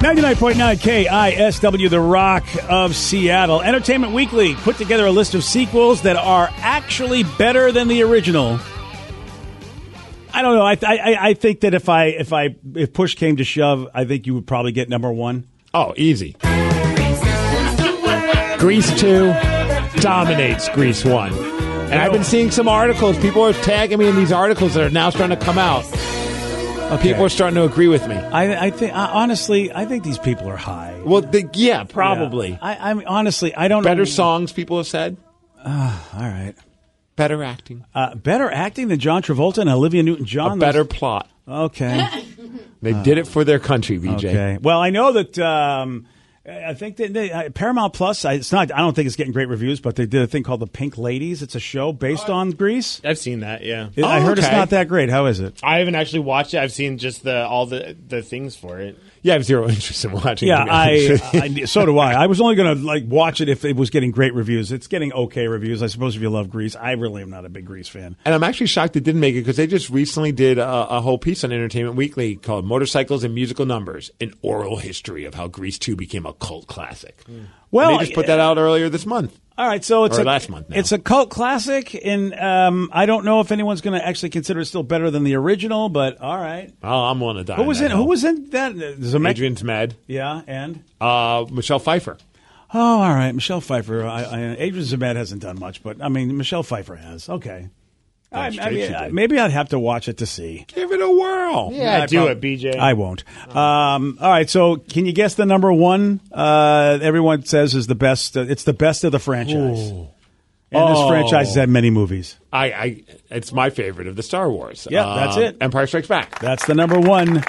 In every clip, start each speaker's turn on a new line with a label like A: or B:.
A: Ninety-nine point nine KISW, The Rock of Seattle. Entertainment Weekly put together a list of sequels that are actually better than the original. I don't know. I I, I think that if I if I if push came to shove, I think you would probably get number one.
B: Oh, easy. Grease 2 dominates Grease 1. And I've been seeing some articles. People are tagging me in these articles that are now starting to come out. People are starting to agree with me.
A: I I think I, honestly, I think these people are high.
B: Well, the, yeah, probably.
A: I, I'm honestly, I don't know.
B: Better songs, people have said.
A: All right.
B: Better acting.
A: Uh, better acting than John Travolta and Olivia
B: A
A: Newton-John.
B: better plot.
A: Okay.
B: They did it for their country, VJ.
A: Okay. Well, I know that. Um, I think that they, uh, Paramount Plus. I, it's not. I don't think it's getting great reviews, but they did a thing called The Pink Ladies. It's a show based on Greece.
C: I've seen that, yeah. Oh,
A: I heard it's
B: Uh, oh, okay.
A: not that great. How is it?
C: I haven't actually watched it. I've seen just the all the the things for it.
B: Yeah, I have zero interest in watching
A: Yeah,
B: it.
A: I, I. So do I. I was only going to like watch it if it was getting great reviews. It's getting okay reviews, I suppose. If you love Greece, I really am not a big Greece fan.
B: And I'm actually shocked it didn't make it because they just recently did a, a whole piece on Entertainment Weekly called Motorcycles and Musical Numbers An Oral History of How Grease 2 Became a Cult Classic.
A: Hmm. Well, uh,
B: they just put that out earlier this month.
A: All right, so it's
B: Or
A: a,
B: last month now.
A: It's a cult classic, and um, I don't know if anyone's going to actually consider it still better than the original. But all right,
B: Oh, I'm on a dime.
A: who was
B: that
A: in? Who
B: hill.
A: was in that? Zemeckis-
B: Adrian Tmed,
A: Yeah, and
B: uh, Michelle Pfeiffer.
A: oh, all right, Michelle Pfeiffer. I, I, Adrian Zemed hasn't done much, but I mean, Michelle Pfeiffer has. Okay, I, I
B: straight
A: mean,
B: she
A: I-
B: did.
A: maybe I'd have to watch it to see.
B: Give it a whirl.
C: Yeah, do
A: prob-
C: it, BJ.
A: I won't. Um, all right, so can you guess the number one? Uh, everyone says is the best. Uh, it's the best of the franchise, and this
B: Oh.
A: franchise has had many movies.
B: I, I, it's my favorite of the Star Wars.
A: Yeah, that's
B: Um,
A: it.
B: Empire Strikes Back.
A: That's the number one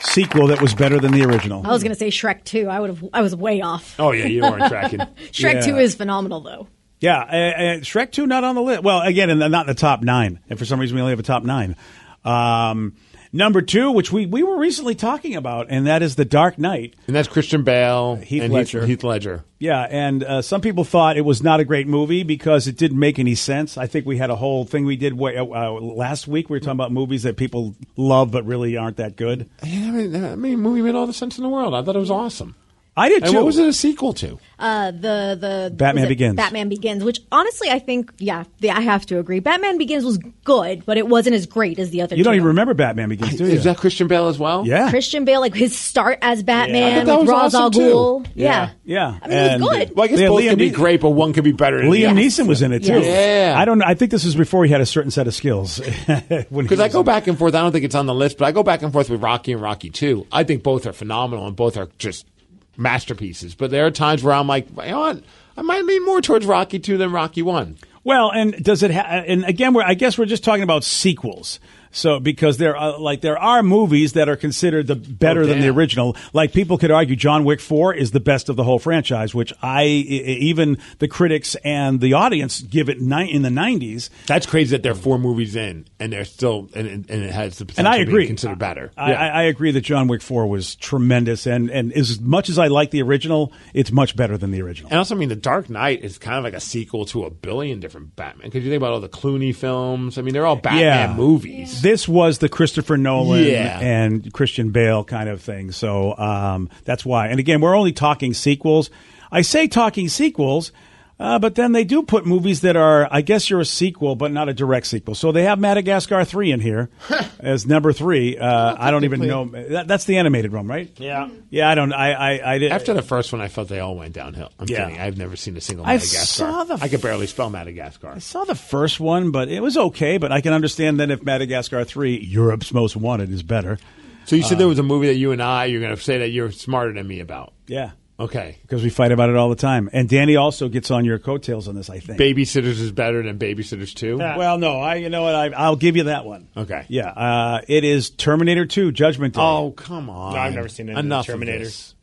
A: sequel that was better than the original.
D: I was going to say Shrek 2. I would have I was way off.
B: Oh, yeah, you weren't tracking.
D: Shrek
A: yeah.
D: 2 is phenomenal though.
A: Yeah, uh, uh, Shrek two not on the list. Well, again, and not in the top nine. And for some reason, we only have a top nine. Um, number two, which we we were recently talking about, and that is the Dark Knight.
B: And that's Christian Bale
A: Heath
B: and
A: Ledger.
B: Heath, Heath Ledger.
A: Yeah, and uh, some people thought it was not a great movie because it didn't make any sense. I think we had a whole thing we did way, uh, uh, last week. We were talking about movies that people love but really aren't that good.
B: Yeah, I mean, that mean, movie made all the sense in the world. I thought it was awesome.
A: I did too.
B: And what was it a sequel to?
D: Uh, the the
A: Batman
D: was it
A: Begins.
D: Batman Begins, which honestly I think yeah, the, I have to agree. Batman Begins was good, but it wasn't as great as the other
A: You don't
D: two.
A: even remember Batman Begins, do you?
B: Is that Christian Bale as well?
A: yeah.
D: Christian Bale like his start as
B: I thought
D: Batman
B: that
D: with
B: was
D: Ra's
B: awesome,
D: al Ghul.
B: too.
D: Yeah.
A: Yeah.
D: I mean, it was
A: And-
D: good.
B: Well, I guess
A: Yeah,
B: both
A: Liam
B: can be
A: Neeson-
B: great, but one could be better than
A: Liam
B: the other.
A: Neeson was in it too.
B: Yes. Yeah.
A: I don't. I think this was before he had a certain set of skills.
B: Because I go back and forth. I don't think it's on the list, but I go back and forth with Rocky and Rocky 2. I think both are phenomenal and both are just masterpieces. But there are times where I'm like, you know what? I might lean more towards Rocky 2 than Rocky 1.
A: Well, and does it? Ha- and again, we're, I guess we're just talking about sequels. So because there are like there are movies that are considered the better than the
B: Oh, damn.
A: original. Like people could argue John Wick Four is the best of the whole franchise, which I e- even the critics and the audience give it ni- in the nineties.
B: That's crazy that they're four movies in and they're still, and, and and it has the potential
A: And I
B: to be
A: agree.
B: considered better.
A: I, I, I agree that John Wick Four was tremendous, and and as much as I like the original, it's much better than the original.
B: And also, I mean, The Dark Knight is kind of like a sequel to a billion different Batman. Because you think about all the Clooney films. I mean, they're all Batman
A: Yeah.
B: movies.
A: This was the Christopher Nolan
B: Yeah.
A: and Christian Bale kind of thing. So um, that's why. And again, we're only talking sequels. I say talking sequels. Uh, but then they do put movies that are, I guess you're a sequel, but not a direct sequel. So they have Madagascar 3 in here as number three. Uh, I don't even know. That, that's the animated one, right? Mm-hmm.
C: Yeah.
A: Yeah, I don't. I, I, I did.
B: After the first one, I felt they all went downhill. I'm
A: Yeah.
B: kidding. I've never seen a single
A: I
B: Madagascar.
A: saw the
B: I could barely spell Madagascar.
A: I saw the first one, but it was okay. But I can understand then if Madagascar 3, Europe's Most Wanted, is better.
B: So you said
A: Uh,
B: there was a movie that you and I, you're going to say that you're smarter than me about.
A: Yeah.
B: Okay.
A: Because we fight about it all the time. And Danny also gets on your coattails on this, I think.
B: Babysitters is better than Babysitters 2?
A: Well, no, I you know what I, I'll give you that one.
B: Okay.
A: Yeah, uh, it is Terminator Two: Judgment Day.
B: Oh, come on.
C: No, I've never seen any of the
B: Enough of
C: Terminators.
B: this.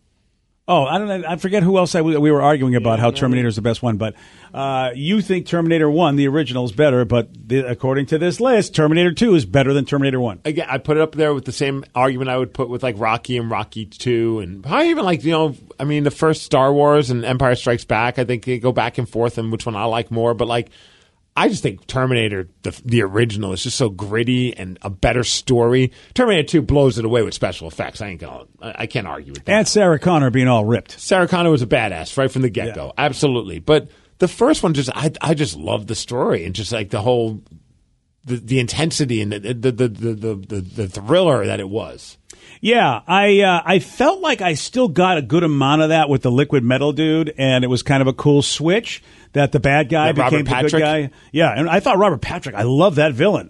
A: Oh, I don't know. I forget who else I, we were arguing about how Terminator is the best one, but uh, you think Terminator One, the original, is better, but the, according to this list, Terminator Two is better than Terminator One.
B: Again, I put it up there with the same argument I would put with like Rocky and Rocky 2 and probably even like, you know, I mean, the first Star Wars and Empire Strikes Back, I think they go back and forth on which one I like more, but like, I just think Terminator, the, the original, is just so gritty and a better story. Terminator 2 blows it away with special effects. I ain't gonna, I, I can't argue with that.
A: And Sarah Connor being all ripped.
B: Sarah Connor was a badass right from the get go, absolutely. But the first one, just I, I just love the story and just like the whole, the, the intensity and the the, the the the the the thriller that it was.
A: Yeah, I uh, I felt like I still got a good amount of that with the liquid metal dude, and it was kind of a cool switch that the bad guy
B: That Robert
A: became the good
B: Patrick? Mm-hmm.
A: guy. Yeah, and I thought Robert Patrick. I love that villain.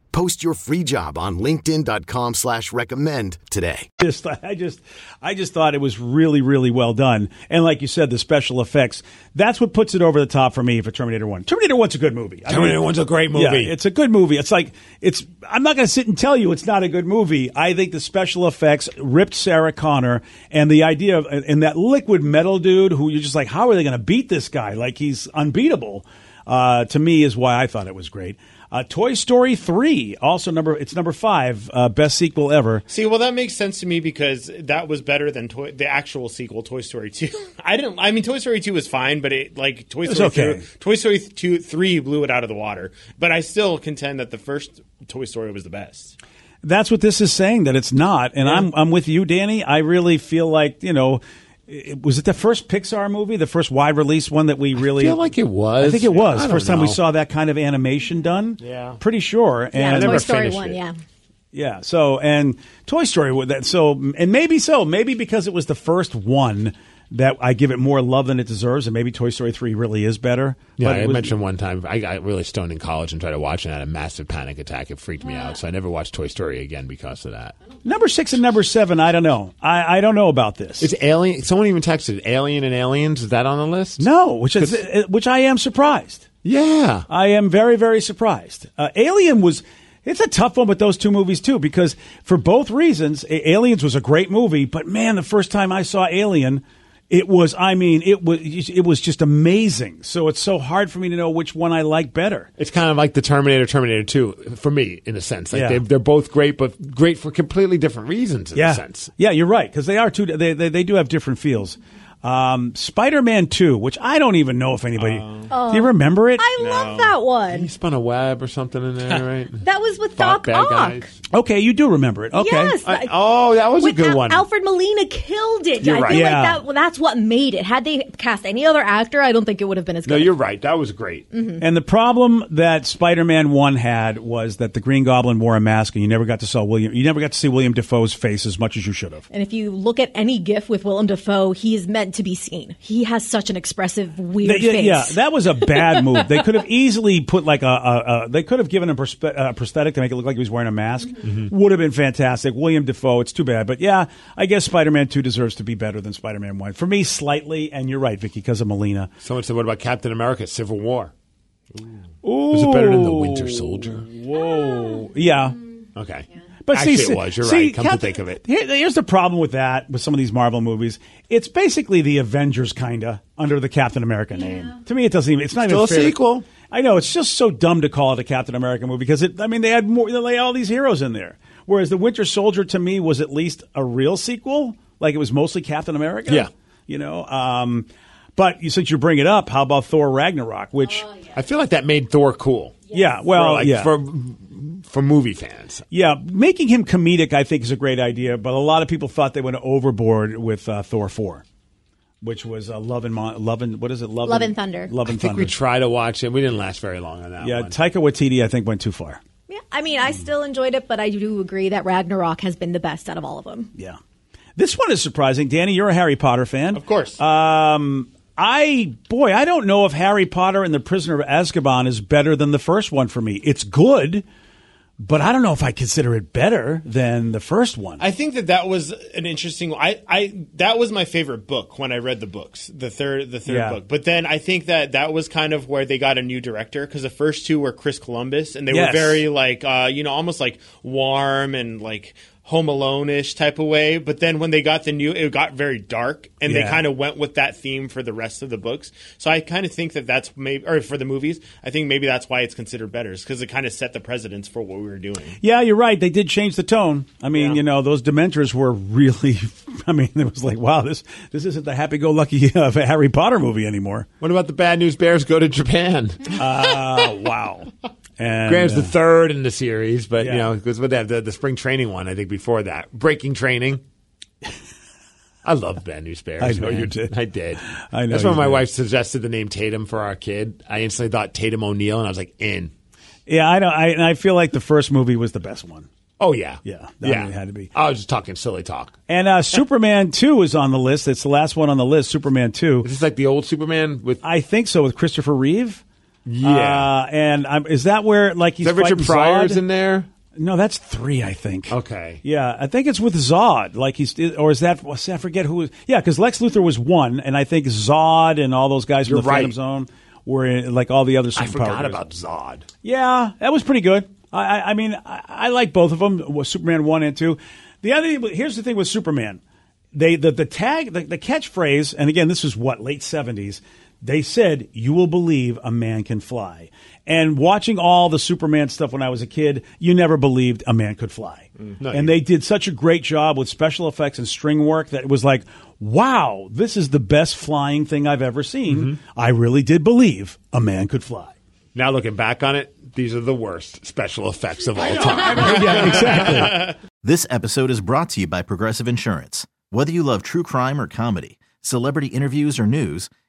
E: Post your free job on linkedin.com/recommend slash recommend today.
A: just I just I just thought it was really really well done and like you said the special effects that's what puts it over the top for me for Terminator 1. Terminator 1's a good movie. I mean,
B: Terminator One's a great movie.
A: Yeah, it's a good movie. It's like it's I'm not going to sit and tell you it's not a good movie. I think the special effects ripped Sarah Connor and the idea of and that liquid metal dude who you're just like how are they going to beat this guy like he's unbeatable. Uh, to me is why I thought it was great. Uh, Toy Story 3 also number it's number 5 uh, best sequel ever.
C: See, well, that makes sense to me because that was better than toy, the actual sequel, Toy Story Two. I didn't. I mean, Toy Story Two was fine, but it like Toy
A: was
C: Story
A: okay.
C: 2, Toy Story Two Three blew it out of the water. But I still contend that the first Toy Story was the best.
A: That's what this is saying that it's not, and I'm I'm with you, Danny. I really feel like you know, it, was it the first Pixar movie, the first wide release one that we really
B: feel like it was.
A: I think it was
B: I don't
A: first time we
B: know.
A: saw that kind of animation done.
C: Yeah.
A: pretty sure.
D: Yeah,
A: And
D: Toy
B: never
D: Story
B: finished
D: one.
B: it.
D: Yeah,
A: yeah, so and Toy Story with that. So and maybe so, maybe because it was the first one that I give it more love than it deserves, and maybe Toy Story three really is better.
B: Yeah,
A: But it
B: I
A: was-
B: mentioned one time I got really stoned in college and tried to watch it and had a massive panic attack. It freaked me out, so I never watched Toy Story again because of that.
A: number six and number seven. I don't know. I, I don't know about this.
B: It's Alien. Someone even texted Alien and Aliens. Is that on the list?
A: no, which is which I am surprised.
B: Yeah.
A: I am very, very surprised. Uh, Alien was. It's a tough one with those two movies too, because for both reasons, A- Aliens was a great movie. But man, the first time I saw Alien, It was, I mean, it was it was just amazing. So it's so hard for me to know which one I like better.
B: It's kind of like the Terminator, Terminator Two, for me, in a sense. Like
A: Yeah.
B: they, they're both great, but great for completely different reasons. In
A: yeah,
B: a sense,
A: yeah, you're right because they are two. They, they they do have different feels. Um, Spider-Man Two, which I don't even know if anybody.
B: Oh.
A: do you remember it?
D: Oh. I love that
B: he
D: one.
B: spun a web or something in there, right?
D: That was with
B: Fought
D: Doc
B: bad
D: Ock.
B: guys.
A: okay, you do remember it. Okay,
D: Yes.
B: I- oh, that was a
D: With
B: good
D: Al-
B: one.
D: Alfred Molina killed it.
B: You're
D: I
B: right.
D: feel
A: Yeah.
D: like that, well, that's what made it. Had they cast any other actor, I don't think it would have been as
B: No,
D: good.
B: you're right. That was great.
D: Mm-hmm.
A: And the problem that Spider-Man One had was that the Green Goblin wore a mask, and you never got to saw William. You never got to see William Defoe's face as much as you should have.
D: and if you look at any GIF with Willem Dafoe, he is meant to be seen. He has such an expressive, weird
A: yeah,
D: face.
A: yeah, that was a bad move. They could have easily put like a, a, a they could have given him perspe- a prosthetic to make it look like he was wearing a mask.
B: Mm-hmm.
A: Would have been fantastic. William Defoe. It's too bad, but yeah, I guess Spider-Man Two deserves to be better than Spider-Man One for me slightly. And you're right, Vicky, because of Melina.
B: Someone said, "What about Captain America: Civil War?
A: Ooh,
B: Was it better than the Winter Soldier?"
A: Whoa, yeah.
B: Okay,
A: But
B: actually,
A: see,
B: it was. You're
A: see,
B: right. Come
A: Captain-
B: to think of it,
A: here- here's the problem with that. With some of these Marvel movies, it's basically the Avengers, kinda under the Captain America name. To me, it doesn't even. It's not
B: Still a
A: even fair to-
B: sequel.
A: I know it's just so dumb to call it a Captain America movie because it. I mean, they had more. They lay all these heroes in there. Whereas the Winter Soldier to me was at least a real sequel. Like it was mostly Captain America.
B: Yeah.
A: You know. Um, but you, since you bring it up, how about Thor Ragnarok? Which,
B: I feel like that made Thor cool.
A: yeah,
B: For,
A: well,
B: like,
A: yeah.
B: for for movie fans.
A: Yeah, making him comedic, I think, is a great idea. But a lot of people thought they went overboard with uh, Thor four, which was uh, love and Mon- love and what is it? Love,
D: Love and Thunder.
A: Love
B: I
A: and
B: think
A: Thunder.
B: we tried to watch it. We didn't last very long on that
A: yeah,
B: one.
A: Taika Waititi, I think, went too far.
D: Yeah, I mean, I still enjoyed it, but I do agree that Ragnarok has been the best out of all of them.
A: Yeah, this one is surprising. Danny, you're a Harry Potter fan,
C: Of course.
A: Um, I boy, I don't know if Harry Potter and the Prisoner of Azkaban is better than the first one for me. It's good, but I don't know if I consider it better than the first one.
C: I think that that was an interesting. I, I that was my favorite book when I read the books, the third the third
A: Yeah.
C: book. But then I think that that was kind of where they got a new director because the first two were Chris Columbus, and they
A: Yes.
C: were very like uh, you know almost like warm and like Home Alone ish type of way. But then when they got the new, it got very dark, and
A: Yeah.
C: they kind of went with that theme for the rest of the books. So I kind of think that that's maybe or for the movies, I think maybe that's why it's considered better, is because it kind of set the precedence for what we were doing.
A: Yeah, you're right. They did change the tone. I mean, you know, those Dementors were really. I mean, it was like, wow, this this isn't the happy-go-lucky uh, Harry Potter movie anymore.
B: What about the Bad News Bears go to Japan?
A: Uh, wow. And,
B: Graham's
A: uh,
B: the third in the series, but
A: Yeah.
B: you know, because what they have the, the spring training one, I think before that, breaking training. I love Bad News Bears.
A: I know
B: man.
A: you did.
B: I did.
A: I know
B: That's when
A: you
B: my
A: did.
B: wife suggested the name Tatum for our kid. I instantly thought Tatum O'Neill, and I was like, in.
A: yeah, I know. I, and I feel like the first movie was the best one.
B: Oh yeah,
A: Yeah, I
B: yeah.
A: mean, it had to be.
B: I was just talking silly talk.
A: And uh, Superman Two is on the list. It's the last one on the list. Superman Two.
B: Is this like the old Superman with?
A: I think so with Christopher Reeve.
B: yeah,
A: Uh, and I'm, is that where like he's
B: is that Richard
A: fighting
B: Pryor's
A: Zod?
B: in there?
A: No, that's three. I think.
B: Okay,
A: Yeah, I think it's with Zod. Like he's, or is that? well, see, I forget who. Yeah, because Lex Luthor was one, and I think Zod and all those guys from
B: You're
A: the Phantom
B: right.
A: Zone were in, like all the other.
B: I
A: superpower
B: forgot
A: guys.
B: about Zod.
A: Yeah, that was pretty good. I, I, I mean, I, I like both of them, Superman one and two. The other here's the thing with Superman, they the the tag the, the catchphrase, and again, this was what late seventies. They said, "You will believe a man can fly." And watching all the Superman stuff when I was a kid, you never believed a man could fly. and they did such a great job with special effects and string work that it was like, "Wow, this is the best flying thing I've ever seen." I really did believe a man could fly.
B: Now looking back on it, these are the worst special effects of all time.
A: yeah, exactly.
F: This episode is brought to you by Progressive Insurance. Whether you love true crime or comedy, celebrity interviews or news,